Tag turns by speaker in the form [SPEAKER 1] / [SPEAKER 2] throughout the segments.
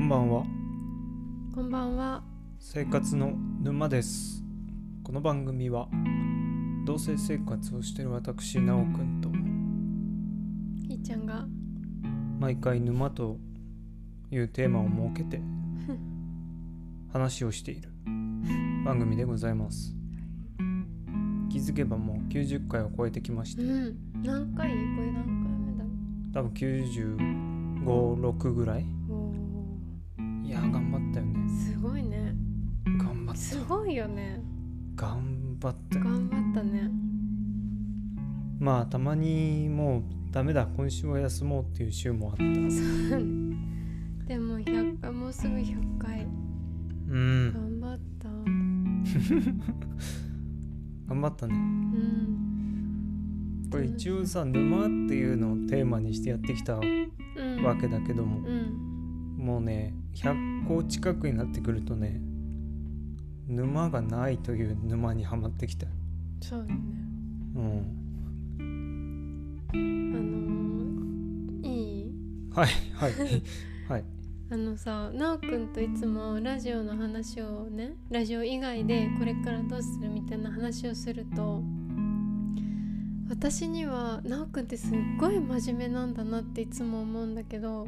[SPEAKER 1] んばんは
[SPEAKER 2] こんばんは。
[SPEAKER 1] 生活の沼ですこの番組は同性生活をしている私なおくんと
[SPEAKER 2] ひーちゃんが
[SPEAKER 1] 毎回沼というテーマを設けて話をしている番組でございます気づけばもう90回を超えてきまし
[SPEAKER 2] う
[SPEAKER 1] て
[SPEAKER 2] ん何回これ何回目だ。
[SPEAKER 1] 多分956ぐらい
[SPEAKER 2] お
[SPEAKER 1] いやー頑張ったよね
[SPEAKER 2] ーすごいね。
[SPEAKER 1] 頑張っ
[SPEAKER 2] す
[SPEAKER 1] た
[SPEAKER 2] ごいよね。
[SPEAKER 1] 頑張った
[SPEAKER 2] 頑張ったね。
[SPEAKER 1] まあたまにもうダメだ今週は休もうっていう週もあったう
[SPEAKER 2] そうでも100回もうすぐ100回
[SPEAKER 1] ん
[SPEAKER 2] 頑張った。う
[SPEAKER 1] 頑張ったね
[SPEAKER 2] ん
[SPEAKER 1] これ一応さ沼っていうのをテーマにしてやってきたわ
[SPEAKER 2] うん。
[SPEAKER 1] けだけども
[SPEAKER 2] うん。
[SPEAKER 1] もうね100個近くになってくるとね沼がないという沼にはまってきた
[SPEAKER 2] そうだね。
[SPEAKER 1] うん
[SPEAKER 2] あのー、いい
[SPEAKER 1] はいはい はい
[SPEAKER 2] あのさなおくんといつもラジオの話をねラジオ以外でこれからどうするみたいな話をすると私にはなおくんってすっごい真面目なんだなっていつも思うんだけど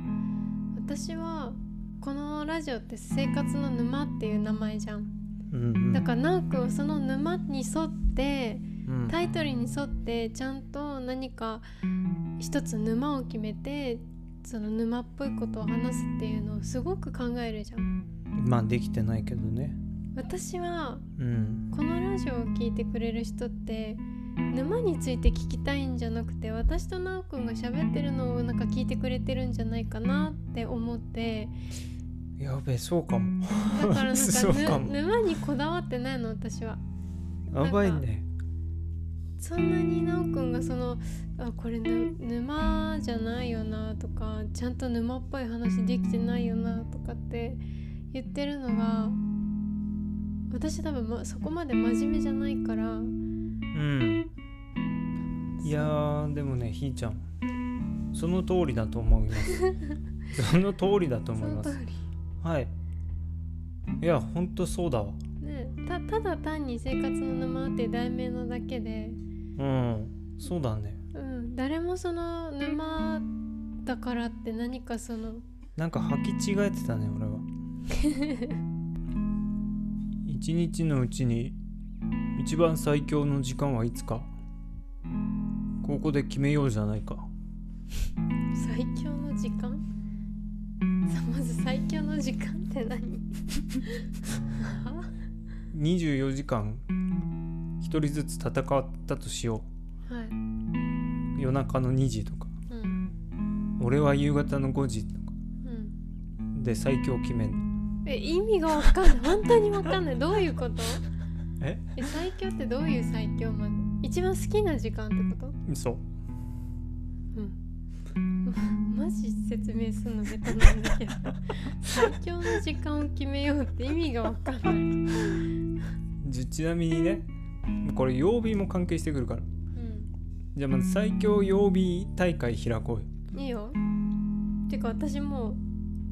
[SPEAKER 2] 私はこのラジオって「生活の沼」っていう名前じゃん
[SPEAKER 1] うんうん
[SPEAKER 2] だからなおくんはその沼に沿って
[SPEAKER 1] うん
[SPEAKER 2] タイトルに沿ってちゃんと何か一つ沼を決めてその沼っぽいことを話すっていうのをすごく考えるじゃん
[SPEAKER 1] まあできてないけどね
[SPEAKER 2] 私は
[SPEAKER 1] うん
[SPEAKER 2] このラジオを聞いてくれる人って沼について聞きたいんじゃなくて私となおくんが喋ってるのをなんか聞いてくれてるんじゃないかなって思って
[SPEAKER 1] やべえそうかも
[SPEAKER 2] だから な
[SPEAKER 1] そうんか
[SPEAKER 2] か
[SPEAKER 1] も
[SPEAKER 2] ぬ沼にこだわってないの私は
[SPEAKER 1] やばいね
[SPEAKER 2] そんなになおくんがそのあこれぬ沼じゃないよなとかちゃんと沼っぽい話できてないよなとかって言ってるのが私多分、ま、そこまで真面目じゃないから
[SPEAKER 1] うんいやーでもねひーちゃんその通りだと思います その通りだと
[SPEAKER 2] そ
[SPEAKER 1] 思い
[SPEAKER 2] の
[SPEAKER 1] ま
[SPEAKER 2] 通
[SPEAKER 1] す
[SPEAKER 2] り
[SPEAKER 1] はいいやほんとそうだわ
[SPEAKER 2] ねたただ単に「生活の沼」って題名のだけで、
[SPEAKER 1] うんそうだね
[SPEAKER 2] うん、誰もその沼だからって何かその
[SPEAKER 1] なんか履き違えてたね 俺は一日のうちに一番最強の時間はいつかここで決めようじゃないか
[SPEAKER 2] 最強の時間 さまず最強の時間って何は
[SPEAKER 1] 24時間一人ずつ戦ったとしよ
[SPEAKER 2] いう
[SPEAKER 1] 夜中の2時とか
[SPEAKER 2] うん
[SPEAKER 1] 俺は夕方の5時とか
[SPEAKER 2] うん
[SPEAKER 1] で最強決めん
[SPEAKER 2] え意味がわかんない本当にわかんないどういうこと
[SPEAKER 1] え
[SPEAKER 2] え最強ってどういう最強まで一番好きな時間ってこと
[SPEAKER 1] そう
[SPEAKER 2] うん まマジ説明するの下手なんだけど最強の時間を決めようって意味がわかんない、うん
[SPEAKER 1] じちなみにねこれ曜日も関係してくるからじゃあまず最強曜日大会開こうよ
[SPEAKER 2] いいよてか私もう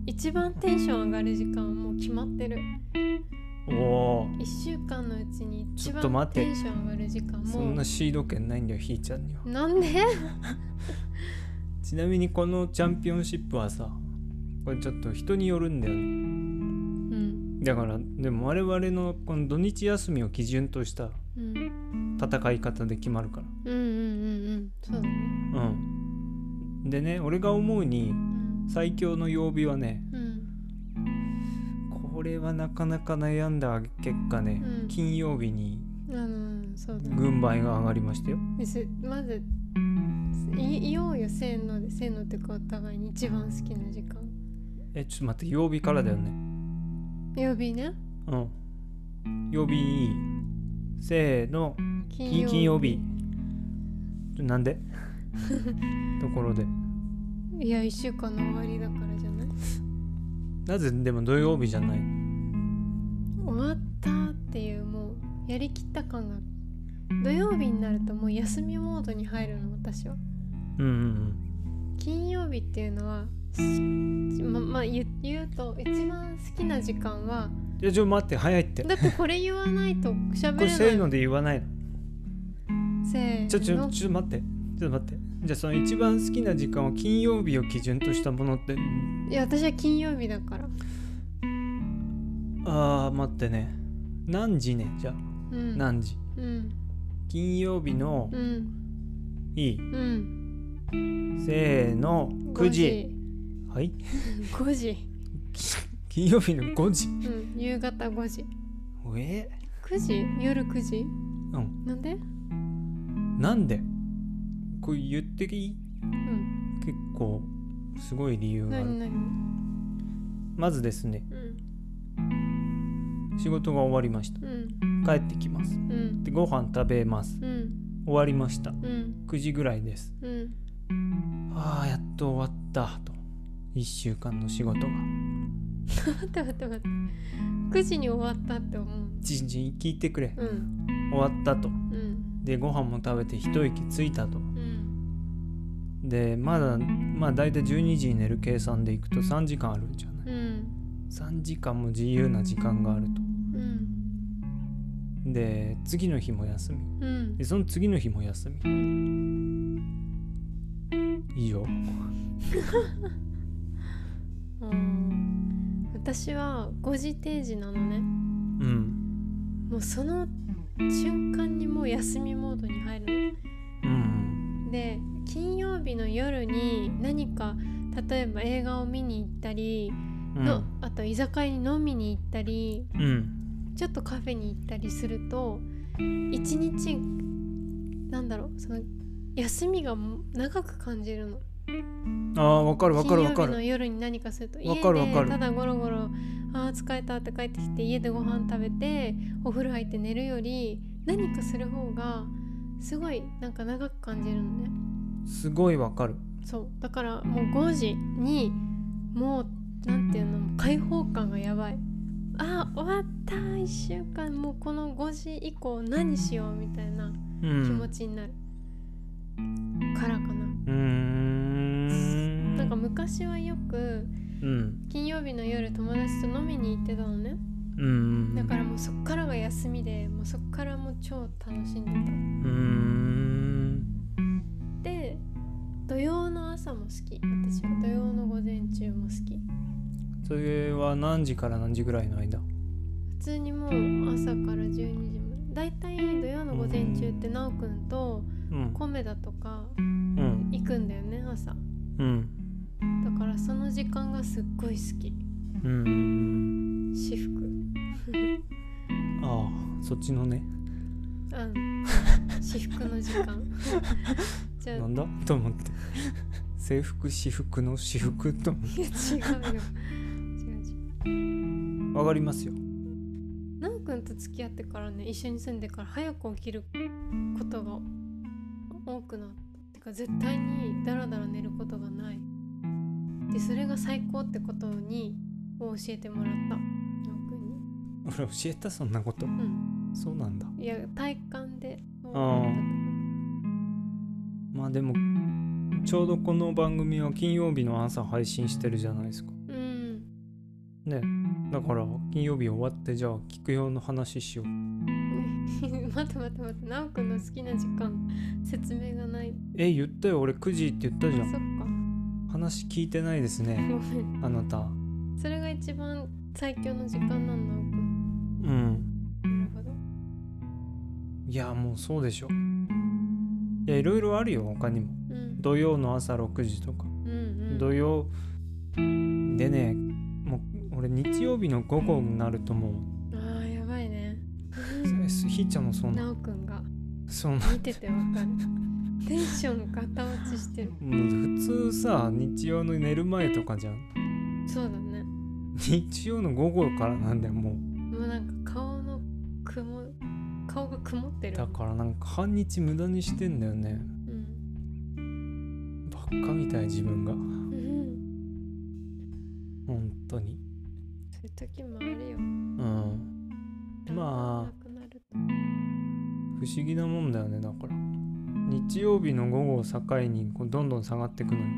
[SPEAKER 2] 一番テンション上がる時間はもう決まってる
[SPEAKER 1] お
[SPEAKER 2] 1週間のうちに一
[SPEAKER 1] ちょっと
[SPEAKER 2] 番
[SPEAKER 1] 待って
[SPEAKER 2] テンション上がる時間
[SPEAKER 1] おそ
[SPEAKER 2] も
[SPEAKER 1] んなシード権ないんだよひーちゃんには
[SPEAKER 2] なんで
[SPEAKER 1] ちなみにこのチャンピオンシップはさこれちょっと人によるんだよね
[SPEAKER 2] うん
[SPEAKER 1] だからでも我々のこの土日休みを基準とした
[SPEAKER 2] うん
[SPEAKER 1] 戦い方で決まるか
[SPEAKER 2] うんうんうんうんそうだね
[SPEAKER 1] らうんでね俺が思うに最強の曜日はね
[SPEAKER 2] うんうん
[SPEAKER 1] これはなかなか悩んだ結果ね、
[SPEAKER 2] うん
[SPEAKER 1] 金曜日に
[SPEAKER 2] あのそうだね
[SPEAKER 1] 軍配が上がりましたよ
[SPEAKER 2] ですまずい言おうよせーのでせーのってかお互いに一番好きな時間
[SPEAKER 1] えちょっと待って曜日からだよね
[SPEAKER 2] 曜日ね
[SPEAKER 1] うん曜日せーの
[SPEAKER 2] 金
[SPEAKER 1] 金金曜日ちょなんでところで
[SPEAKER 2] いや1週間の終わりだからじゃない
[SPEAKER 1] なぜでも土曜日じゃない
[SPEAKER 2] 終わったっていうもうやりきった感が土曜日になるともう休みモードに入るの私は
[SPEAKER 1] うん
[SPEAKER 2] 金曜日っていうのはしままあ言言うと一番好きな時間はい
[SPEAKER 1] やちょっと待って早いって
[SPEAKER 2] だってこれ言わないと喋
[SPEAKER 1] これ
[SPEAKER 2] れない
[SPEAKER 1] せーので言わないの
[SPEAKER 2] せーの
[SPEAKER 1] ちょちょちょっと待ってちょっと待ってじゃあその一番好きな時間は金曜日を基準としたものって
[SPEAKER 2] いや私は金曜日だから
[SPEAKER 1] あー待ってね何時ねじゃあ
[SPEAKER 2] うん
[SPEAKER 1] 何時
[SPEAKER 2] うん
[SPEAKER 1] 金曜日の
[SPEAKER 2] うん
[SPEAKER 1] いい
[SPEAKER 2] うん
[SPEAKER 1] せーの9時はい
[SPEAKER 2] 5時
[SPEAKER 1] 金曜日の5時
[SPEAKER 2] 5時、うん、夕方5時
[SPEAKER 1] え
[SPEAKER 2] 9時夜9時
[SPEAKER 1] うん
[SPEAKER 2] なんで
[SPEAKER 1] なんでこれ言っていい
[SPEAKER 2] うん
[SPEAKER 1] 結構すごい理由があ
[SPEAKER 2] 何
[SPEAKER 1] る
[SPEAKER 2] 何
[SPEAKER 1] まずですね
[SPEAKER 2] うん
[SPEAKER 1] 仕事が終わりました
[SPEAKER 2] うん
[SPEAKER 1] 帰ってきます
[SPEAKER 2] うん
[SPEAKER 1] でご飯食べます
[SPEAKER 2] うん
[SPEAKER 1] 終わりました
[SPEAKER 2] うん
[SPEAKER 1] 9時ぐらいです
[SPEAKER 2] うん
[SPEAKER 1] あーやっと終わったと1週間の仕事が
[SPEAKER 2] 待って待って待って9時に終わったって思う
[SPEAKER 1] じじ聞いてくれ
[SPEAKER 2] うん
[SPEAKER 1] 終わったと
[SPEAKER 2] うん
[SPEAKER 1] でご飯も食べて一息ついたと
[SPEAKER 2] うん
[SPEAKER 1] でまだまあ大体12時に寝る計算でいくと3時間あるんじゃない
[SPEAKER 2] うん
[SPEAKER 1] 3時間も自由な時間があると
[SPEAKER 2] うん
[SPEAKER 1] で次の日も休み
[SPEAKER 2] うん
[SPEAKER 1] でその次の日も休み以上
[SPEAKER 2] うん私は5時定時なのね
[SPEAKER 1] うん
[SPEAKER 2] もうその瞬間にもう休みモードに入る
[SPEAKER 1] うん
[SPEAKER 2] ので金曜日の夜に何か例えば映画を見に行ったり
[SPEAKER 1] うん
[SPEAKER 2] の、あと居酒屋に飲みに行ったり
[SPEAKER 1] うん
[SPEAKER 2] ちょっとカフェに行ったりすると一日なんだろうその休みがも長く感じるの
[SPEAKER 1] ああわかるわかるわか
[SPEAKER 2] 金曜日の
[SPEAKER 1] る
[SPEAKER 2] 夜に何かすると
[SPEAKER 1] わかるわか
[SPEAKER 2] 家
[SPEAKER 1] る
[SPEAKER 2] でただゴロゴロあー疲れたって帰ってきて家でご飯食べてお風呂入って寝るより何かする方がすごいなんか長く感じるのね
[SPEAKER 1] すごいわかる
[SPEAKER 2] そうだからもう5時にもうなんていうのもう開放感がやばいあー終わった1週間もうこの5時以降何しようみたいな
[SPEAKER 1] う
[SPEAKER 2] 気持
[SPEAKER 1] ん
[SPEAKER 2] ちになる、からかな
[SPEAKER 1] うーん
[SPEAKER 2] なんか昔はよく
[SPEAKER 1] うん
[SPEAKER 2] 金曜日の夜友達と飲みに行ってたのね
[SPEAKER 1] うん
[SPEAKER 2] だからもうそっからが休みでもうそっからもう超楽しんで
[SPEAKER 1] うーん
[SPEAKER 2] たで土曜の朝も好き私は土曜の午前中も好き
[SPEAKER 1] それは何時から何時ぐらいの間
[SPEAKER 2] 普通にもう朝から12時までだいたい土曜の午前中って奈くんと
[SPEAKER 1] うん
[SPEAKER 2] コメダとか
[SPEAKER 1] うん
[SPEAKER 2] 行くんだよね朝だ
[SPEAKER 1] うん
[SPEAKER 2] からその時間がすっごい好き
[SPEAKER 1] うん
[SPEAKER 2] 私服
[SPEAKER 1] ああそっちのね
[SPEAKER 2] あん私服の時間じゃあ
[SPEAKER 1] なんだと思って制服私服の私服と思っ
[SPEAKER 2] い や違うよ違う違う
[SPEAKER 1] てわかりますよ
[SPEAKER 2] なおくんと付き合ってからね一緒に住んでから早く起きることが多くなってか絶対にダラダラ寝ることがないでそれが最高ってことにを教えてもらったなおくんに
[SPEAKER 1] 俺教えたそんなこと
[SPEAKER 2] うん
[SPEAKER 1] そうなんだ
[SPEAKER 2] いや体感でそう
[SPEAKER 1] あ
[SPEAKER 2] 思っ
[SPEAKER 1] まあでもちょうどこの番組は金曜日の朝配信してるじゃないですか
[SPEAKER 2] たうん
[SPEAKER 1] ねだから金曜日終わってじゃあ聞く用の話しよう
[SPEAKER 2] 待って待って待ってなおくんの好きな時間説明がない
[SPEAKER 1] え言ったよ俺9時って言った
[SPEAKER 2] あ
[SPEAKER 1] じ
[SPEAKER 2] そ
[SPEAKER 1] ゃ
[SPEAKER 2] っ
[SPEAKER 1] ん
[SPEAKER 2] か
[SPEAKER 1] 話聞いてないです
[SPEAKER 2] ご
[SPEAKER 1] ね
[SPEAKER 2] めん
[SPEAKER 1] あなた
[SPEAKER 2] それが一番最強の時間なんだなおくん
[SPEAKER 1] うん
[SPEAKER 2] なるほど
[SPEAKER 1] いやもうそうでしょいやいろいろあるよ他にも
[SPEAKER 2] うん
[SPEAKER 1] 土曜の朝6時とか、
[SPEAKER 2] うんうん
[SPEAKER 1] 土曜でねもう俺日曜日の午後になるとも
[SPEAKER 2] あーやばいね
[SPEAKER 1] う、ひーちゃんもそうな
[SPEAKER 2] なおくんが
[SPEAKER 1] そうな
[SPEAKER 2] 見ててわかるテンションガタ落ちしてる
[SPEAKER 1] もう普通さ日曜の寝る前とかじゃん
[SPEAKER 2] そうだね
[SPEAKER 1] 日曜の午後からなんだよもう
[SPEAKER 2] もうなんか顔の雲顔が曇ってる
[SPEAKER 1] だからなんか半日無駄にしてんだよね
[SPEAKER 2] うん、
[SPEAKER 1] バカみたい自分が
[SPEAKER 2] うん、
[SPEAKER 1] 本当に
[SPEAKER 2] そういう時もあるよ
[SPEAKER 1] うんまあ
[SPEAKER 2] あなくなる
[SPEAKER 1] 不思議なもんだよねだから日曜日の午後を境にこうどんどん下がってくのよ
[SPEAKER 2] と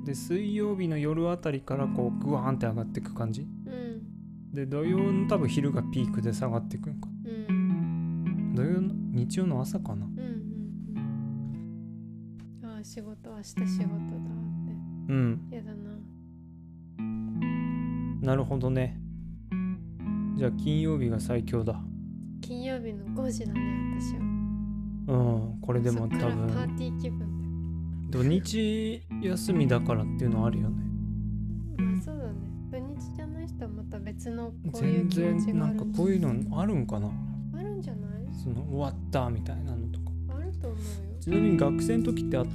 [SPEAKER 2] うん
[SPEAKER 1] で水曜日の夜あたりからこうグワーンって上がっていく感じ
[SPEAKER 2] うん
[SPEAKER 1] で土曜の多分昼がピークで下がっていくんか
[SPEAKER 2] うん
[SPEAKER 1] 土曜の日曜の朝かな
[SPEAKER 2] うんうんうんああ仕事明日仕事だっ
[SPEAKER 1] うん
[SPEAKER 2] てやだな
[SPEAKER 1] なるほどねじゃあ金曜日が最強だ
[SPEAKER 2] 金曜日の5時だね私は
[SPEAKER 1] うんこれでも
[SPEAKER 2] そっ
[SPEAKER 1] 多
[SPEAKER 2] からパ
[SPEAKER 1] 分
[SPEAKER 2] ーティー気分
[SPEAKER 1] 土日休みだからっていうのはあるよね
[SPEAKER 2] だよまあそうだね土日じゃない人はまた別のこうい
[SPEAKER 1] 全
[SPEAKER 2] う気持ち
[SPEAKER 1] 然
[SPEAKER 2] が
[SPEAKER 1] な
[SPEAKER 2] あ
[SPEAKER 1] ん
[SPEAKER 2] る
[SPEAKER 1] か
[SPEAKER 2] んじゃ
[SPEAKER 1] こういうのあるんかな
[SPEAKER 2] あるんじゃない
[SPEAKER 1] その終わったみたいなのとか
[SPEAKER 2] あると思うよ
[SPEAKER 1] ちなみに学生の時ってあっ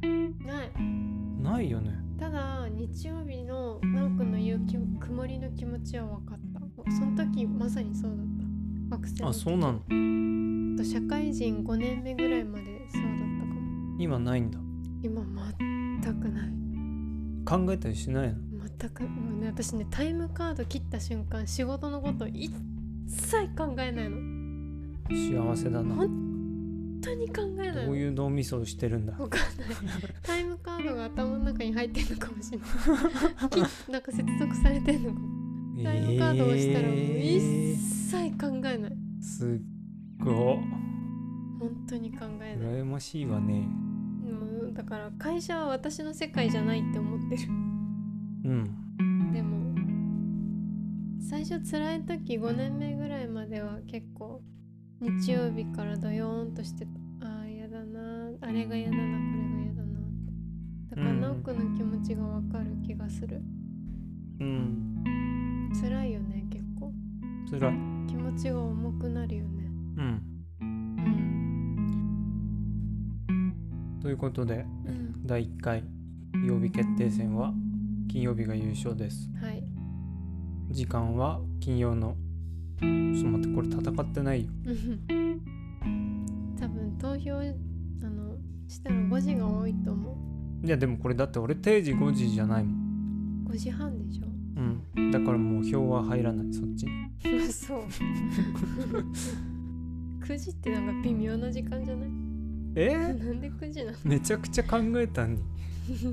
[SPEAKER 1] た
[SPEAKER 2] ない
[SPEAKER 1] ないよね
[SPEAKER 2] ただ日曜日のなおくんの言うき曇りの気持ちは分かったその時まさにそうだった学生の
[SPEAKER 1] あ
[SPEAKER 2] 時
[SPEAKER 1] そうなの
[SPEAKER 2] あと社会人5年目ぐらいまでそうだったかも
[SPEAKER 1] 今ないんだ
[SPEAKER 2] 今全くない
[SPEAKER 1] 考えたりしないの
[SPEAKER 2] 全くもうね私ねタイムカード切った瞬間仕事のこと一切考えないの本
[SPEAKER 1] 幸せだな
[SPEAKER 2] ほ当に考えない
[SPEAKER 1] ど
[SPEAKER 2] の
[SPEAKER 1] ういう脳みそをしてるんだ
[SPEAKER 2] わかん ないタイムカードが頭の中に入ってるのかもしれない きなんか接続されてんのかも
[SPEAKER 1] え
[SPEAKER 2] タイムカードを押したらもう一
[SPEAKER 1] ー
[SPEAKER 2] 切考えない
[SPEAKER 1] すっご
[SPEAKER 2] 本当に考えない、
[SPEAKER 1] 羨ましいわね
[SPEAKER 2] もうだから会社は私の世界じゃないって思ってる
[SPEAKER 1] うん
[SPEAKER 2] でも最初辛い時5年目ぐらいまでは結構日曜日からドヨーンとしてたああ嫌だなあれが嫌だなこれが嫌だなってだから
[SPEAKER 1] うん
[SPEAKER 2] 直くの気持ちがわかる気がする、
[SPEAKER 1] うん
[SPEAKER 2] 辛いよね結構
[SPEAKER 1] つらい
[SPEAKER 2] 気持ちが重くなるよね
[SPEAKER 1] うん
[SPEAKER 2] うん、
[SPEAKER 1] ということで
[SPEAKER 2] うん、
[SPEAKER 1] 第1回曜日決定戦は金曜日が優勝です
[SPEAKER 2] はい
[SPEAKER 1] 時間は金曜のちょっと待ってこれ戦ってない よ
[SPEAKER 2] うん多分投票あのしたら5時が多いと思
[SPEAKER 1] いやでもこれだって俺定時5時じゃないもん
[SPEAKER 2] う5時半でしょ
[SPEAKER 1] うんだからもう票は入らないそっち
[SPEAKER 2] そう 9時ってなんか微妙な時間じゃない
[SPEAKER 1] え
[SPEAKER 2] なんで9時なの
[SPEAKER 1] ー、めちゃくちゃ考えたんに
[SPEAKER 2] ちょ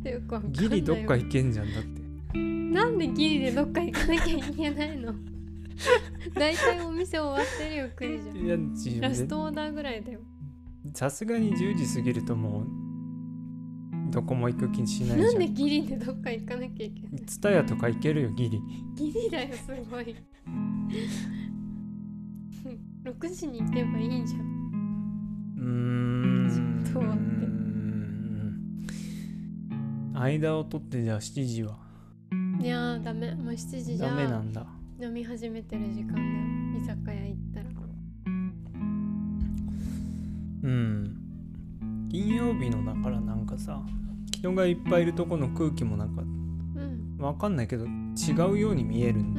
[SPEAKER 2] っとよくわかんない
[SPEAKER 1] ギリどっか
[SPEAKER 2] 行
[SPEAKER 1] 行けんじゃんだって
[SPEAKER 2] なんでギリでどっか行かなきゃいけないの 大体お店終わってるよ9時じ
[SPEAKER 1] いやじ
[SPEAKER 2] ゃんラストオーダーぐらいだよ
[SPEAKER 1] さすがに10時過ぎるともうどこも行く気しない
[SPEAKER 2] なん
[SPEAKER 1] じゃ
[SPEAKER 2] で
[SPEAKER 1] ん
[SPEAKER 2] ギリでどっか行かなきゃいけない
[SPEAKER 1] ツタヤとか行けるよギリ
[SPEAKER 2] ギリだよすごい 6時に行けばいいじゃん
[SPEAKER 1] うーん
[SPEAKER 2] ちょっと待って
[SPEAKER 1] うーん間を取ってじゃあ7時はい
[SPEAKER 2] やーダメもう7時じゃ
[SPEAKER 1] ダメなんだ
[SPEAKER 2] 飲み始めてる時間だよ居酒屋行ったら
[SPEAKER 1] うん金曜日のだからなんかさ人がいっぱいいるとこの空気もなんか
[SPEAKER 2] うん
[SPEAKER 1] わかんないけど違うように見えるん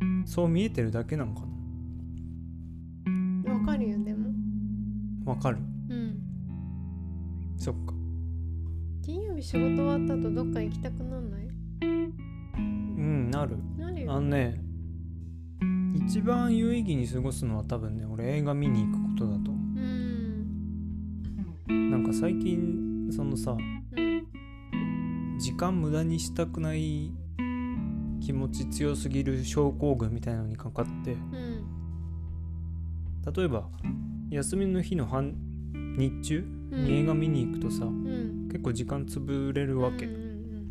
[SPEAKER 2] う
[SPEAKER 1] だ
[SPEAKER 2] ん
[SPEAKER 1] そう見えてるだけなんか
[SPEAKER 2] うんわかるよでも
[SPEAKER 1] なわかる
[SPEAKER 2] うん
[SPEAKER 1] そっか
[SPEAKER 2] 金曜日仕事終わった後どっか行きたくなんない
[SPEAKER 1] うんなる
[SPEAKER 2] なる
[SPEAKER 1] あの
[SPEAKER 2] よ
[SPEAKER 1] ね一番有意義に過ごすのは多分ね俺映画見に行くことだと思
[SPEAKER 2] うん
[SPEAKER 1] うなんか最近そのさ
[SPEAKER 2] うん
[SPEAKER 1] 時間無駄にしたくない気持ち強すぎる症候群みたいなのにかかって
[SPEAKER 2] うん
[SPEAKER 1] 例えば休みの日の半日中
[SPEAKER 2] うん
[SPEAKER 1] に映画見に行くとさ、
[SPEAKER 2] うん
[SPEAKER 1] 結構時間潰れるわけ、
[SPEAKER 2] うんうん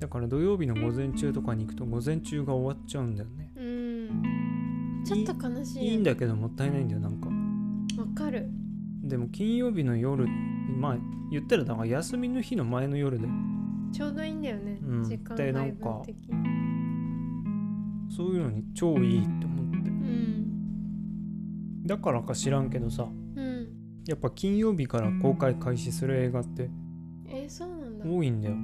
[SPEAKER 1] だから土曜日の午前中とかに行くと午前中が終わっちゃうんだよね
[SPEAKER 2] うんうんちょっと悲しい
[SPEAKER 1] いいんだけどもったいないんだよなんか
[SPEAKER 2] わかる
[SPEAKER 1] でも金曜日の夜まあ言ったらだから休みの日の前の夜で
[SPEAKER 2] ちょうどいいんだよね、
[SPEAKER 1] うん
[SPEAKER 2] 時間
[SPEAKER 1] でな
[SPEAKER 2] 配
[SPEAKER 1] んか
[SPEAKER 2] 分的に
[SPEAKER 1] そういうのに超いいって思って
[SPEAKER 2] うん
[SPEAKER 1] だからか知らんけどさ
[SPEAKER 2] うん
[SPEAKER 1] やっぱ金曜日から公開開始する映画って
[SPEAKER 2] えー、そうなんだ
[SPEAKER 1] 多いんだよ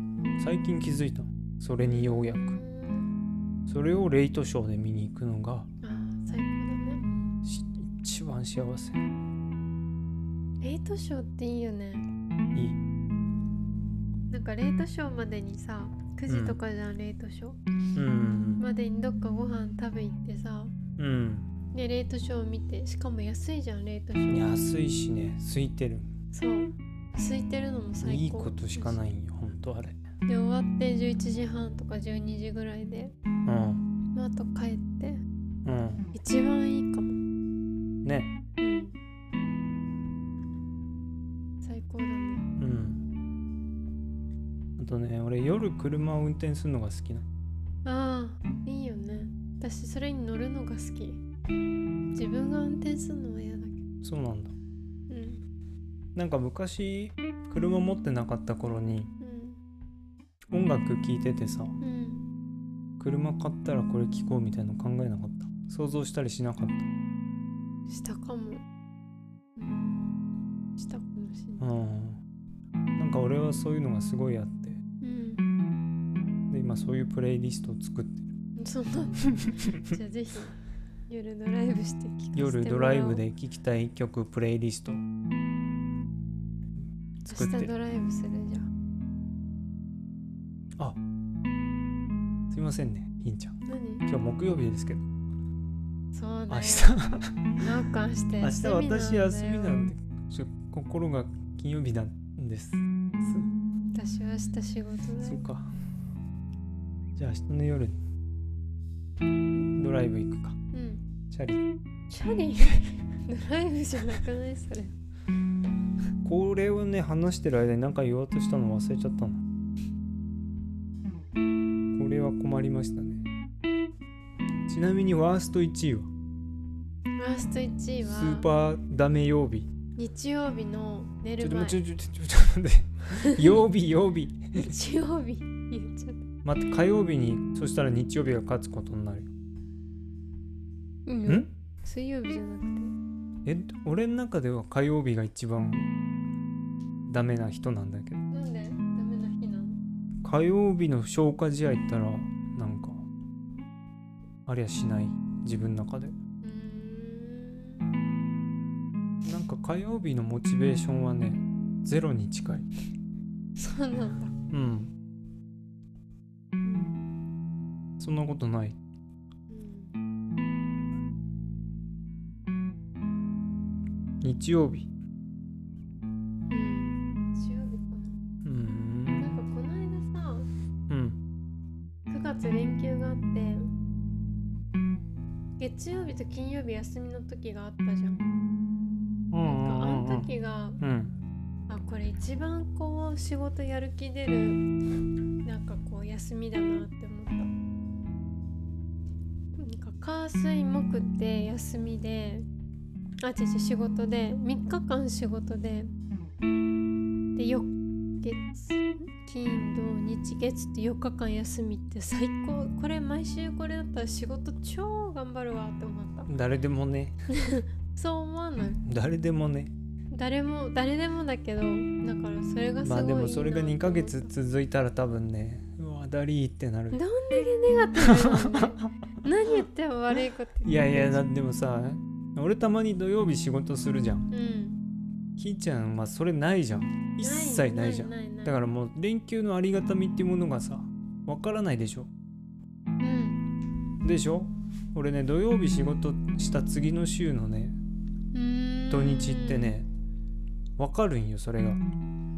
[SPEAKER 1] 最近気づいたそれにようやく
[SPEAKER 2] うん
[SPEAKER 1] それをレイトショーで見に行くのが
[SPEAKER 2] あー最高だね
[SPEAKER 1] し一番幸せ
[SPEAKER 2] レートショーっていいよね
[SPEAKER 1] いい
[SPEAKER 2] なんかレートショーまでにさ9時とかじゃん、レートショー
[SPEAKER 1] うん
[SPEAKER 2] までにどっかご飯食べ行ってさ
[SPEAKER 1] うん
[SPEAKER 2] でレートショー見てしかも安いじゃんレートショー
[SPEAKER 1] 安いしね空いてる
[SPEAKER 2] そう空いてるのも最高
[SPEAKER 1] いいことしかないいんよほんとあれ
[SPEAKER 2] で終わって11時半とか12時ぐらいで、
[SPEAKER 1] うん
[SPEAKER 2] まあ、あと帰って
[SPEAKER 1] うん
[SPEAKER 2] 一番いいかも
[SPEAKER 1] ね
[SPEAKER 2] うん最高だね
[SPEAKER 1] うんあとね俺夜車を運転するのが好きな
[SPEAKER 2] ああいいよね私それに乗るのが好き自分が運転するのは嫌だけ
[SPEAKER 1] そうなんだ
[SPEAKER 2] どうん
[SPEAKER 1] なんか昔車持ってなかった頃に
[SPEAKER 2] うん
[SPEAKER 1] 音楽聴いててさ
[SPEAKER 2] うん
[SPEAKER 1] 車買ったらこれ聴こうみたいなの考えなかった想像したりしなかっ
[SPEAKER 2] したかもうんしたかもしれ
[SPEAKER 1] た
[SPEAKER 2] な
[SPEAKER 1] う
[SPEAKER 2] い
[SPEAKER 1] んなんか俺はそういうのがすごいあって
[SPEAKER 2] うん
[SPEAKER 1] で今そういうプレイリストを作ってる
[SPEAKER 2] そ んなじゃあぜひ夜ドライブして聞かせてもらおう
[SPEAKER 1] 夜ドライブで聴きたい曲プレイリスト作
[SPEAKER 2] 明
[SPEAKER 1] って
[SPEAKER 2] 日ドライブするじゃん
[SPEAKER 1] すいませんねひんちゃん今
[SPEAKER 2] 何
[SPEAKER 1] 日木曜日ですけど
[SPEAKER 2] そうだ
[SPEAKER 1] 明
[SPEAKER 2] よ
[SPEAKER 1] 日
[SPEAKER 2] なんか明日
[SPEAKER 1] 明日私休みなん
[SPEAKER 2] で
[SPEAKER 1] でちょ心が金曜日なんです
[SPEAKER 2] 私は明日仕事だ
[SPEAKER 1] そ
[SPEAKER 2] よ
[SPEAKER 1] っかじゃあ明日の夜ドライブ行くか
[SPEAKER 2] うん
[SPEAKER 1] チャリ
[SPEAKER 2] チャリドライブじゃなくないそれ
[SPEAKER 1] これをね話してる間に何か言おうとしたの忘れちゃったのこれは困りましたねちなみにワースト1位は
[SPEAKER 2] ワースト1位は
[SPEAKER 1] スーパーダメ曜日
[SPEAKER 2] 日曜日の寝
[SPEAKER 1] ちょ
[SPEAKER 2] る
[SPEAKER 1] っと
[SPEAKER 2] 前
[SPEAKER 1] 待ってちょちょちょちょっと待って 曜日曜日
[SPEAKER 2] 日曜日言っちゃった
[SPEAKER 1] 待って火曜日にそしたら日曜日が勝つことになるよ
[SPEAKER 2] うん
[SPEAKER 1] ん
[SPEAKER 2] 水曜日じゃなく
[SPEAKER 1] え俺の中では火曜日が一番ダメな人なんだけど
[SPEAKER 2] てなんでダメな日なの
[SPEAKER 1] 火曜日の消化試合行ったらなんかありゃしない自分の中で
[SPEAKER 2] うーん
[SPEAKER 1] なんか火曜日のモチベーションはねゼロに近い
[SPEAKER 2] そうなんだ
[SPEAKER 1] うんそんなことない
[SPEAKER 2] うん
[SPEAKER 1] 日曜日
[SPEAKER 2] うん日曜日か
[SPEAKER 1] うー
[SPEAKER 2] なんなんかこの間さ
[SPEAKER 1] うん
[SPEAKER 2] 9月連休があって月曜日と金曜日休みの時があったじゃん
[SPEAKER 1] うんうん
[SPEAKER 2] あ
[SPEAKER 1] うん
[SPEAKER 2] の
[SPEAKER 1] うん
[SPEAKER 2] 時が
[SPEAKER 1] うん
[SPEAKER 2] あこれ一番こう仕事やる気出るなんかこう休みだなって思ったなんか火水木って休みであ違う違う仕事で3日間仕事ででよ月金土日月って4日間休みって最高これ毎週これだったら仕事超頑張るわって思った
[SPEAKER 1] 誰でもね
[SPEAKER 2] そう思わない
[SPEAKER 1] 誰でもね
[SPEAKER 2] 誰も誰でもだけどだからそれがすご
[SPEAKER 1] ま
[SPEAKER 2] い
[SPEAKER 1] あでもそれが2ヶ
[SPEAKER 2] い
[SPEAKER 1] 月
[SPEAKER 2] いなと
[SPEAKER 1] 続いたら多分ねうわダリーってなる
[SPEAKER 2] 思ったどんだけネガティブなんだよ何言っても悪いこと
[SPEAKER 1] いやいやだでもさ俺たまに土曜日仕事するじゃん
[SPEAKER 2] うん
[SPEAKER 1] ひーちゃんはそれないじゃん一切ないじゃんだかららもう連休のありがたみっていうものがさわからないでしょ
[SPEAKER 2] うん
[SPEAKER 1] でしょ俺ね土曜日仕事した次の週のね
[SPEAKER 2] うーん
[SPEAKER 1] 土日ってねわかるんよそれが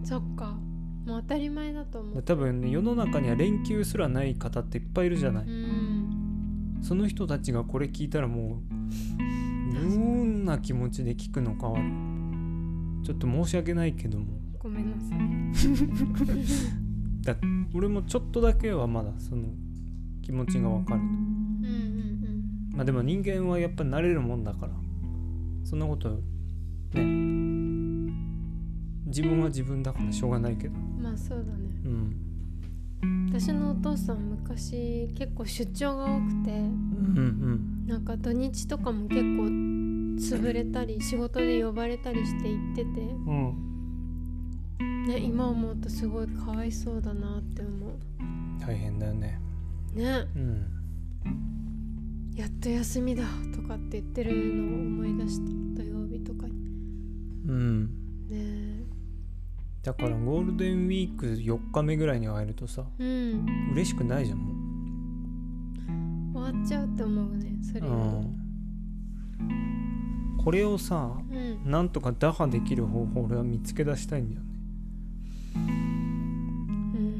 [SPEAKER 2] そっかもう当たり前だと思う
[SPEAKER 1] 多分ね世の中には連休すらない方っていっぱいいるじゃない
[SPEAKER 2] うん
[SPEAKER 1] その人たちがこれ聞いたらもう
[SPEAKER 2] 確かに
[SPEAKER 1] どんな気持ちで聞くのかはちょっと申し訳ないけども
[SPEAKER 2] ごめんなさい
[SPEAKER 1] 俺もちょっとだけはまだその気持ちがわかる
[SPEAKER 2] うんうん
[SPEAKER 1] まあでも人間はやっぱ慣れるもんだからそんなことね自分は自分だからしょうがないけど
[SPEAKER 2] うんまあそうだね
[SPEAKER 1] うん
[SPEAKER 2] 私のお父さん昔結構出張が多くて
[SPEAKER 1] うん
[SPEAKER 2] なんか土日とかも結構潰れたり仕事で呼ばれたりして行ってて
[SPEAKER 1] うんうん
[SPEAKER 2] ね今思うとすごいかわいそうだなって思
[SPEAKER 1] 大変だよね
[SPEAKER 2] うね
[SPEAKER 1] うん
[SPEAKER 2] やっと休みだとかって言ってるのを思い出した土曜日とかに
[SPEAKER 1] うん
[SPEAKER 2] ね
[SPEAKER 1] だからゴールデンウィーク4日目ぐらいに会えるとさ
[SPEAKER 2] うん
[SPEAKER 1] 嬉しくないじゃんも
[SPEAKER 2] 終わっちゃうって思うねそれ
[SPEAKER 1] う、
[SPEAKER 2] よ
[SPEAKER 1] これをさ
[SPEAKER 2] りうん
[SPEAKER 1] なんとか打破できる方法を俺は見つけ出したいんだよね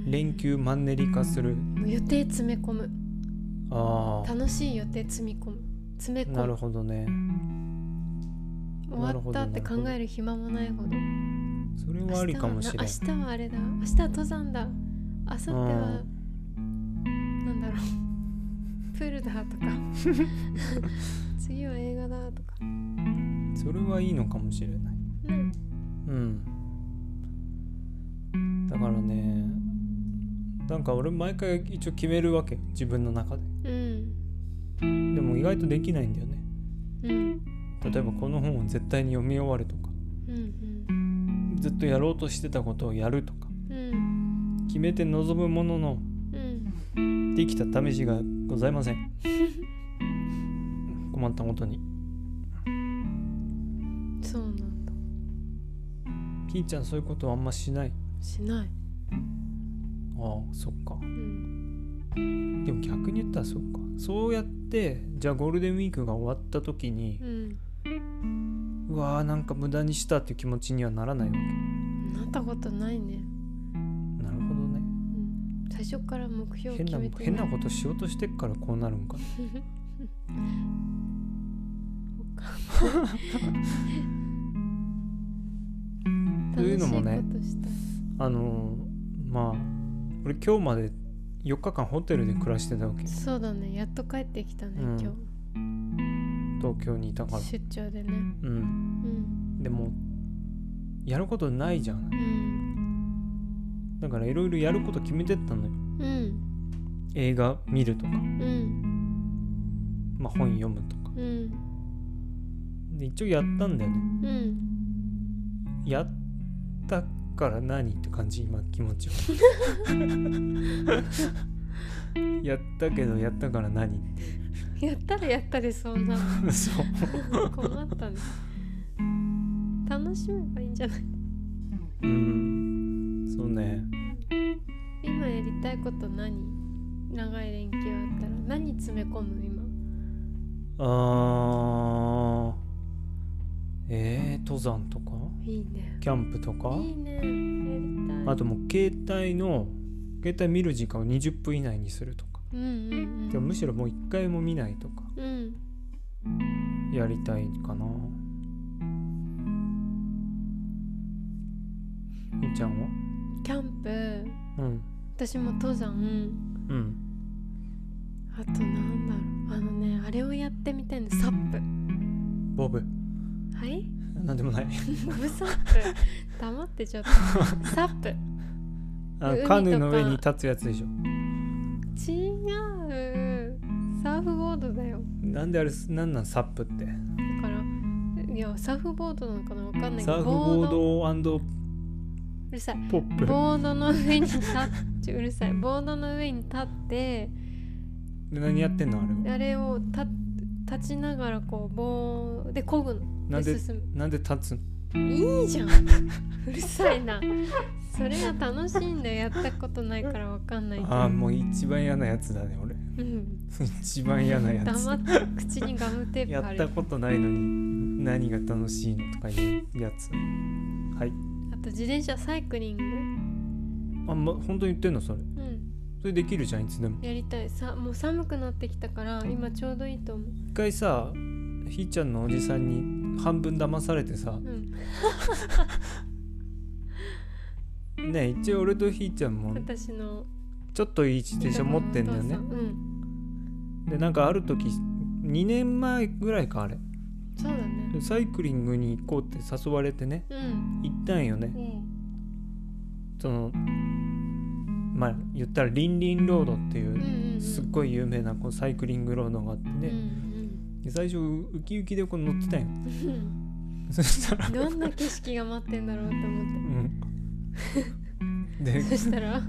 [SPEAKER 1] 連休マンネリ化する
[SPEAKER 2] もう予定詰め込む
[SPEAKER 1] ああ
[SPEAKER 2] 楽しい予定詰み込む詰め
[SPEAKER 1] な
[SPEAKER 2] 込
[SPEAKER 1] る
[SPEAKER 2] む
[SPEAKER 1] ほどね
[SPEAKER 2] 終わったって
[SPEAKER 1] なる
[SPEAKER 2] 考
[SPEAKER 1] ほど
[SPEAKER 2] える暇もないほど
[SPEAKER 1] それ
[SPEAKER 2] 明日
[SPEAKER 1] はありかもしれ
[SPEAKER 2] は
[SPEAKER 1] ん
[SPEAKER 2] な明日はあれだ明日は登山だ明後日はなんだろうプールだとか次は映画だとか
[SPEAKER 1] うんそれはいいのかもしれない
[SPEAKER 2] ね
[SPEAKER 1] うんだからねなんか俺毎回一応決めるわけ自分の中で
[SPEAKER 2] うん
[SPEAKER 1] でも意外とできないんだよね
[SPEAKER 2] うん
[SPEAKER 1] 例えばこの本を絶対に読み終わるとか
[SPEAKER 2] うん
[SPEAKER 1] ずっとやろうとしてたことをやるとか
[SPEAKER 2] うんうん
[SPEAKER 1] 決めて望むものの
[SPEAKER 2] うん
[SPEAKER 1] できた試しがございませ ん困ったことに
[SPEAKER 2] そうなんだ
[SPEAKER 1] ピーちゃんそういうことはあんましない
[SPEAKER 2] しない、
[SPEAKER 1] ああそっか
[SPEAKER 2] うん、
[SPEAKER 1] でも逆に言ったらそっかそうやってじゃあゴールデンウィークが終わった時に
[SPEAKER 2] うん
[SPEAKER 1] うわーなんか無駄にしたっていう気持ちにはならないわけ
[SPEAKER 2] なったことないね、
[SPEAKER 1] なるほどね
[SPEAKER 2] うん、最初から目標を
[SPEAKER 1] 変
[SPEAKER 2] 決
[SPEAKER 1] な
[SPEAKER 2] めて
[SPEAKER 1] 変なことしようとしてっからこうなるんかな
[SPEAKER 2] 楽
[SPEAKER 1] というのもね
[SPEAKER 2] しいことしたい
[SPEAKER 1] あのーまあ俺今日まで4日間ホテルで暮らしてたわけ
[SPEAKER 2] そうだねやっと帰ってきたね、
[SPEAKER 1] うん
[SPEAKER 2] 今
[SPEAKER 1] 東京にいたから
[SPEAKER 2] 日出張でね
[SPEAKER 1] うん
[SPEAKER 2] うん
[SPEAKER 1] でもやることないじゃん
[SPEAKER 2] うん
[SPEAKER 1] だからいろいろやること決めてったのよ
[SPEAKER 2] うん
[SPEAKER 1] 映画見るとか、
[SPEAKER 2] うん
[SPEAKER 1] まあ、本読むとか
[SPEAKER 2] うん
[SPEAKER 1] で一応やったんだよね
[SPEAKER 2] うん
[SPEAKER 1] やったから何って感じ今気持ち はやったけどやったから何ってい
[SPEAKER 2] やったらやったでそ んな
[SPEAKER 1] うそう
[SPEAKER 2] 困ったね楽しめばいいんじゃない
[SPEAKER 1] うんそうね
[SPEAKER 2] 今やりたいこと何長い連休あったら何詰め込む今
[SPEAKER 1] あーえー、登山とか
[SPEAKER 2] いいね
[SPEAKER 1] キャンプとか
[SPEAKER 2] いいねやりたい
[SPEAKER 1] あともう携帯の携帯見る時間を20分以内にするとか
[SPEAKER 2] うんうんうん
[SPEAKER 1] でもむしろもう1回も見ないとか
[SPEAKER 2] うん
[SPEAKER 1] やりたいかなみーちゃんは
[SPEAKER 2] キャンプ
[SPEAKER 1] うん
[SPEAKER 2] 私も登山
[SPEAKER 1] うん
[SPEAKER 2] あとなんだろうあのねあれをやってみたいのサップ
[SPEAKER 1] ボブ
[SPEAKER 2] はい
[SPEAKER 1] なんでもない
[SPEAKER 2] ボブサップ黙って ちょっとサップ
[SPEAKER 1] あ
[SPEAKER 2] 海とか
[SPEAKER 1] カヌーの上に立つやつでしょ
[SPEAKER 2] 違うサーフボードだよ
[SPEAKER 1] なんであれなんなんサップって
[SPEAKER 2] だからいやサーフボードなのかなわかんないけ
[SPEAKER 1] サーフ
[SPEAKER 2] ど
[SPEAKER 1] ボー
[SPEAKER 2] う
[SPEAKER 1] ド
[SPEAKER 2] るさい
[SPEAKER 1] ポップ
[SPEAKER 2] ボードの上に立っちょうるさいボードの上に立って
[SPEAKER 1] で何やってんのあれは
[SPEAKER 2] あれを立っ立ちながらこう棒で漕ぐの
[SPEAKER 1] なんで
[SPEAKER 2] 進む
[SPEAKER 1] なんで立つの
[SPEAKER 2] いいじゃんうるさいなそれが楽しいんだよやったことないからわかんないけど
[SPEAKER 1] ああもう一番嫌なやつだね俺
[SPEAKER 2] うん
[SPEAKER 1] 一番嫌なやつ
[SPEAKER 2] 黙って口にガムテープ
[SPEAKER 1] や
[SPEAKER 2] 貼
[SPEAKER 1] っ
[SPEAKER 2] る
[SPEAKER 1] たことないのに何が楽しいのとかいうやつはい
[SPEAKER 2] あと自転車サイクリング
[SPEAKER 1] あんま本当に言ってんのそれ
[SPEAKER 2] うん
[SPEAKER 1] それできるじゃんいつでも
[SPEAKER 2] やりたいさもう寒くなってきたから今ちょうどいいと思う
[SPEAKER 1] 一回さひーちゃんのおじさんに半分騙されてさ
[SPEAKER 2] うん
[SPEAKER 1] ね一応俺とひーちゃんも
[SPEAKER 2] 私の
[SPEAKER 1] ちょっといい自転車持ってんだよね
[SPEAKER 2] お父さんうん
[SPEAKER 1] でなんかある時2年前ぐらいかあれ
[SPEAKER 2] そうだね
[SPEAKER 1] でサイクリングに行こうって誘われてね
[SPEAKER 2] うん
[SPEAKER 1] 行ったんよね
[SPEAKER 2] うん
[SPEAKER 1] そのまあ言ったらリンリンロードってい
[SPEAKER 2] うんう
[SPEAKER 1] うん
[SPEAKER 2] うん
[SPEAKER 1] すっごい有名なこうサイクリングロードがあって
[SPEAKER 2] うんう
[SPEAKER 1] ね
[SPEAKER 2] ん
[SPEAKER 1] で最初ウキウキでこう乗ってたんよ
[SPEAKER 2] うん
[SPEAKER 1] そしたら、
[SPEAKER 2] どん な景色が待ってんだろうと
[SPEAKER 1] う
[SPEAKER 2] 思
[SPEAKER 1] ん、 で
[SPEAKER 2] ってそしたら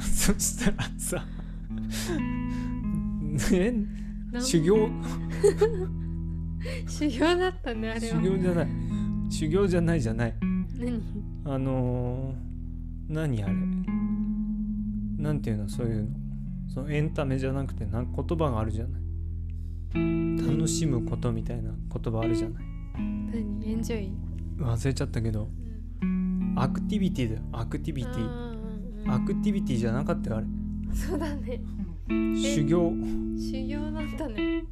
[SPEAKER 1] そしたらさね
[SPEAKER 2] なん
[SPEAKER 1] 修行
[SPEAKER 2] 修行だったねあれは
[SPEAKER 1] 修行じゃない修行じゃないじゃない
[SPEAKER 2] 何
[SPEAKER 1] あのー何あれなんていうのそういうのそのエンタメじゃなくてなん言葉があるじゃない楽しむことみたいな言葉あるじゃない
[SPEAKER 2] 何エンジョイ
[SPEAKER 1] 忘れちゃったけどアクティビティだよアクティビティ
[SPEAKER 2] あーうんうん
[SPEAKER 1] アクティビティじゃなかったよあれ
[SPEAKER 2] そうだね
[SPEAKER 1] 修行
[SPEAKER 2] 修行だったね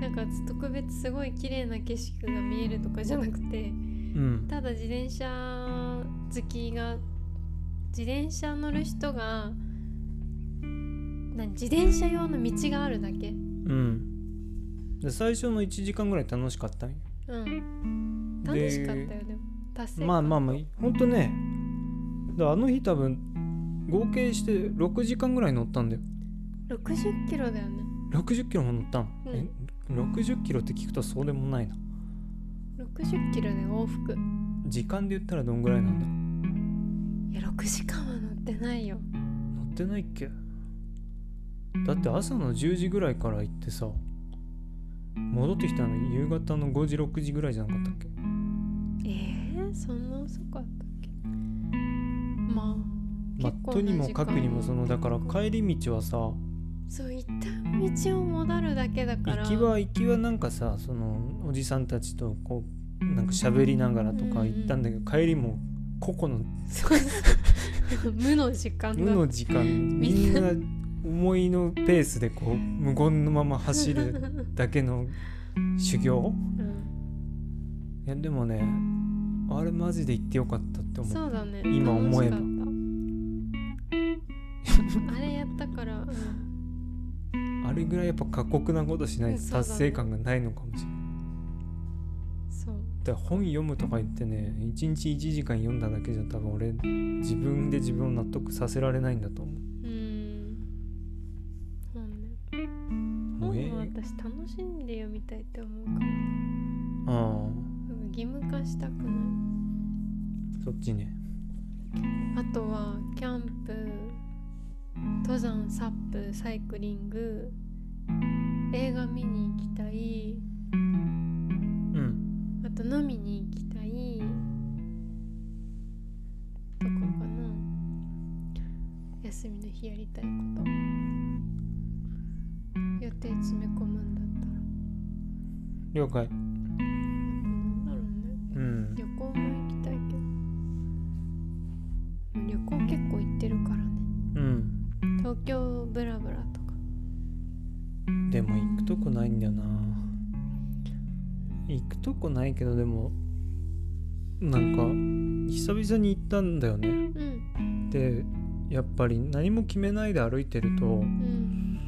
[SPEAKER 2] なんか特別すごい綺麗な景色が見えるとかじゃなくて
[SPEAKER 1] うん
[SPEAKER 2] ただ自転車好きが自転車乗る人が何自転車用の道があるだけ
[SPEAKER 1] うんで最初の1時間ぐらい楽しかったんよ
[SPEAKER 2] うん
[SPEAKER 1] で
[SPEAKER 2] 楽しかったよでも達成感
[SPEAKER 1] まあまあまあほんとねだからあの日多分合計して6時間ぐらい乗ったんだよ
[SPEAKER 2] 60キロだよね
[SPEAKER 1] 60キロも乗ったん、
[SPEAKER 2] うん
[SPEAKER 1] え60キロって聞くとそうでもないな
[SPEAKER 2] 60キロで往復
[SPEAKER 1] 時間で言ったらどんぐらいなんだ
[SPEAKER 2] いや6時間は乗ってないよ
[SPEAKER 1] 乗ってないっけだって朝の10時ぐらいから行ってさ戻ってきたの夕方の5時6時ぐらいじゃなかったっけ
[SPEAKER 2] えー、そんな遅かったっけまあ
[SPEAKER 1] ま
[SPEAKER 2] 結
[SPEAKER 1] あ、
[SPEAKER 2] 構
[SPEAKER 1] とに
[SPEAKER 2] な
[SPEAKER 1] も
[SPEAKER 2] 時間
[SPEAKER 1] かくにもそのだから帰り道はさ行
[SPEAKER 2] そう一旦道を戻るだけだから
[SPEAKER 1] きは行きはなんかさそのおじさんたちとこうなんか喋りながらとか行ったんだけど、帰りも個々の
[SPEAKER 2] そうそう 無の時間
[SPEAKER 1] 無
[SPEAKER 2] だ
[SPEAKER 1] の時間み
[SPEAKER 2] み
[SPEAKER 1] ん
[SPEAKER 2] ん
[SPEAKER 1] な思いのペースでこう無言のまま走るだけの修行
[SPEAKER 2] うん
[SPEAKER 1] いやでもねあれマジで行ってよかったって思う
[SPEAKER 2] そうだね
[SPEAKER 1] 今思えば
[SPEAKER 2] 楽しかったあれやったから、うん
[SPEAKER 1] あれぐらいやっぱ過酷なことしない
[SPEAKER 2] うん
[SPEAKER 1] と
[SPEAKER 2] そうだね
[SPEAKER 1] 達成感がないのかもしれない、
[SPEAKER 2] そう
[SPEAKER 1] だから本読むとか言ってね1日1時間読んだだけじゃ多分俺自分で自分を納得させられないんだと思う
[SPEAKER 2] うん本ね
[SPEAKER 1] もう
[SPEAKER 2] 本
[SPEAKER 1] え
[SPEAKER 2] も
[SPEAKER 1] え
[SPEAKER 2] 私楽しんで読みたいって思うから
[SPEAKER 1] あ
[SPEAKER 2] うん義務化したくない
[SPEAKER 1] あそっちね
[SPEAKER 2] あとはキャンプ登山サップサイクリング映画見に行きたい
[SPEAKER 1] うん
[SPEAKER 2] あと飲みに行きたいとかかな休みの日やりたいこと予定詰め込むんだったら
[SPEAKER 1] 了解
[SPEAKER 2] なんだろうね
[SPEAKER 1] うん
[SPEAKER 2] 旅行も行きたいけど旅行結構行ってるからね
[SPEAKER 1] うん
[SPEAKER 2] 東京ブラブラとか
[SPEAKER 1] でも行くとこないんだよな行くとこないけどでもなんか久々に行ったんだよね
[SPEAKER 2] うん
[SPEAKER 1] でやっぱり何も決めないで歩いてると
[SPEAKER 2] うん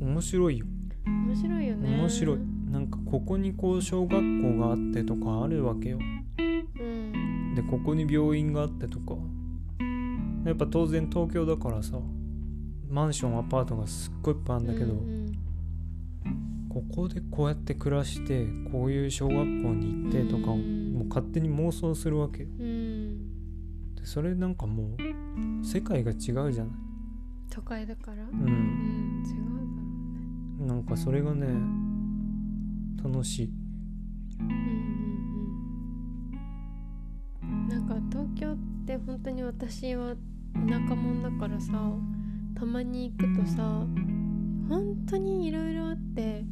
[SPEAKER 1] 面白いよ
[SPEAKER 2] 面白いよね
[SPEAKER 1] 面白いなんかここにこう小学校があってとかあるわけよ
[SPEAKER 2] うん
[SPEAKER 1] でここに病院があってとかやっぱ当然東京だからさマンションアパートがすっごいいっぱいあるんだけど、
[SPEAKER 2] うん
[SPEAKER 1] ここでこうやって暮らしてこういう小学校に行ってとかを
[SPEAKER 2] うん
[SPEAKER 1] もう勝手に妄想するわけよ
[SPEAKER 2] うんうん
[SPEAKER 1] でそれなんかもう世界が違うじゃない
[SPEAKER 2] 都会だからう
[SPEAKER 1] うん
[SPEAKER 2] 違うだろうね
[SPEAKER 1] なんかそれがね楽しい
[SPEAKER 2] うんうんうんなんか東京って本当に私は田舎者だからさたまに行くとさ本当にいろいろあって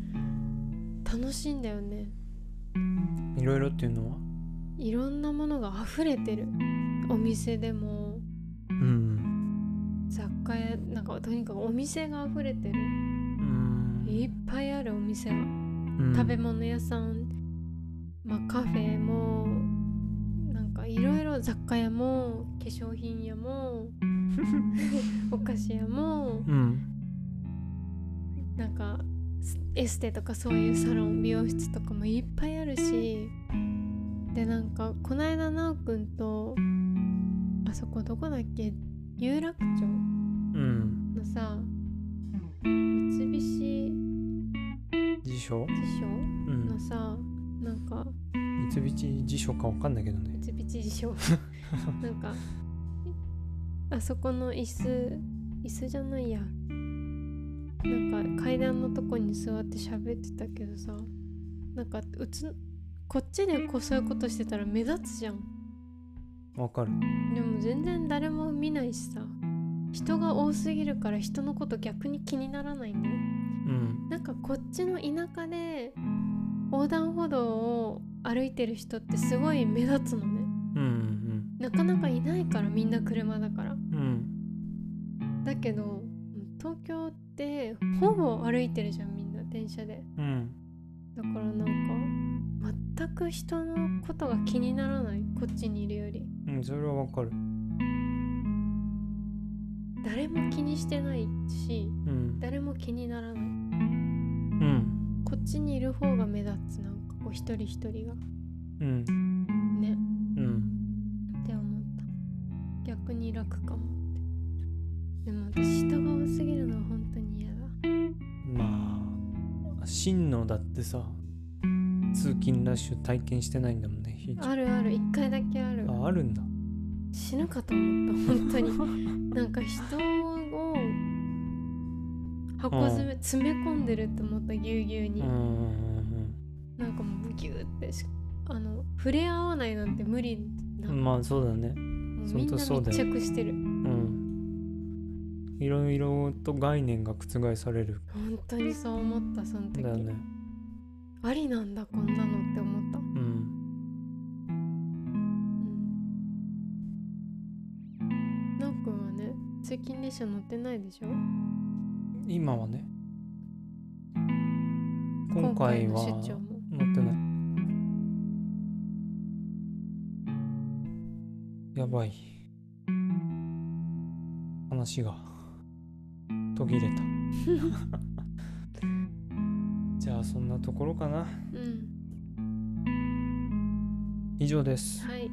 [SPEAKER 2] 楽しいんだよね
[SPEAKER 1] いろいろっていうのはい
[SPEAKER 2] ろんなものが溢れてるお店でも
[SPEAKER 1] うん
[SPEAKER 2] 雑貨屋なんかとにかくお店が溢れてる
[SPEAKER 1] うん
[SPEAKER 2] いっぱいあるお店が
[SPEAKER 1] うん
[SPEAKER 2] 食べ物屋さん、まあ、カフェもなんかいろいろ雑貨屋も化粧品屋 もお菓子屋も
[SPEAKER 1] うん
[SPEAKER 2] なんかスエステとかそういうサロン美容室とかもいっぱいあるしでなんかこないだなおくんとあそこどこだっけ有楽町
[SPEAKER 1] うん
[SPEAKER 2] のさ三菱
[SPEAKER 1] 辞書
[SPEAKER 2] 地
[SPEAKER 1] う
[SPEAKER 2] 所の
[SPEAKER 1] ん
[SPEAKER 2] さなんか
[SPEAKER 1] 三菱辞書かわかんないけどね
[SPEAKER 2] ピチピチ辞書なんかあそこの椅子椅子じゃないやなんか階段のとこに座って喋ってたけどさなんかうつこっちでこうそういうことしてたら目立つじゃん
[SPEAKER 1] わかる
[SPEAKER 2] でも全然誰も見ないしさ人が多すぎるから人のこと逆に気にならないんだよ
[SPEAKER 1] うん
[SPEAKER 2] なんかこっちの田舎で横断歩道を歩いてる人ってすごい目立つのね
[SPEAKER 1] うん
[SPEAKER 2] なかなかいないからみんな車だから
[SPEAKER 1] うんうんうん
[SPEAKER 2] だけど東京ってほぼ歩いてるじゃんみんな電車で
[SPEAKER 1] うん
[SPEAKER 2] だからなんか全く人のことが気にならないこっちにいるより
[SPEAKER 1] うんそれはわかる
[SPEAKER 2] 誰も気にしてないし
[SPEAKER 1] うん
[SPEAKER 2] 誰も気になら
[SPEAKER 1] う
[SPEAKER 2] ない
[SPEAKER 1] ん
[SPEAKER 2] こっちにいる方が目立つなんかこう一人一人が
[SPEAKER 1] うん
[SPEAKER 2] ね
[SPEAKER 1] うん
[SPEAKER 2] って思った逆に楽かもってでも私人が多すぎるのは本当に嫌だ
[SPEAKER 1] まあ真のだってさ通勤ラッシュ体験してないんだもんねひーちゃん
[SPEAKER 2] あるある一回だけある
[SPEAKER 1] ああるんだ
[SPEAKER 2] 死ぬかと思った本当 になんか人を箱詰め、詰め込んでるって思ったぎゅうぎゅう
[SPEAKER 1] う
[SPEAKER 2] に、
[SPEAKER 1] んうん
[SPEAKER 2] なんかもうぎゅうってしあの触れ合わないなんて無理な、
[SPEAKER 1] う
[SPEAKER 2] も
[SPEAKER 1] んまあそうだね
[SPEAKER 2] う
[SPEAKER 1] そ
[SPEAKER 2] み
[SPEAKER 1] ん
[SPEAKER 2] ん
[SPEAKER 1] と
[SPEAKER 2] な密
[SPEAKER 1] そうだよ
[SPEAKER 2] 着してる
[SPEAKER 1] うんいろいろと概念が覆される
[SPEAKER 2] 本当にそう思ったその
[SPEAKER 1] ん
[SPEAKER 2] 時、
[SPEAKER 1] だよね
[SPEAKER 2] ありなんだこんなのって思った、
[SPEAKER 1] うん
[SPEAKER 2] うん、なおくんはね通勤列車乗ってないでしょ
[SPEAKER 1] 今はね今回は
[SPEAKER 2] 今回の出張も
[SPEAKER 1] 持ってないやばい話が途切れたじゃあそんなところかな
[SPEAKER 2] うん
[SPEAKER 1] 以上です
[SPEAKER 2] はい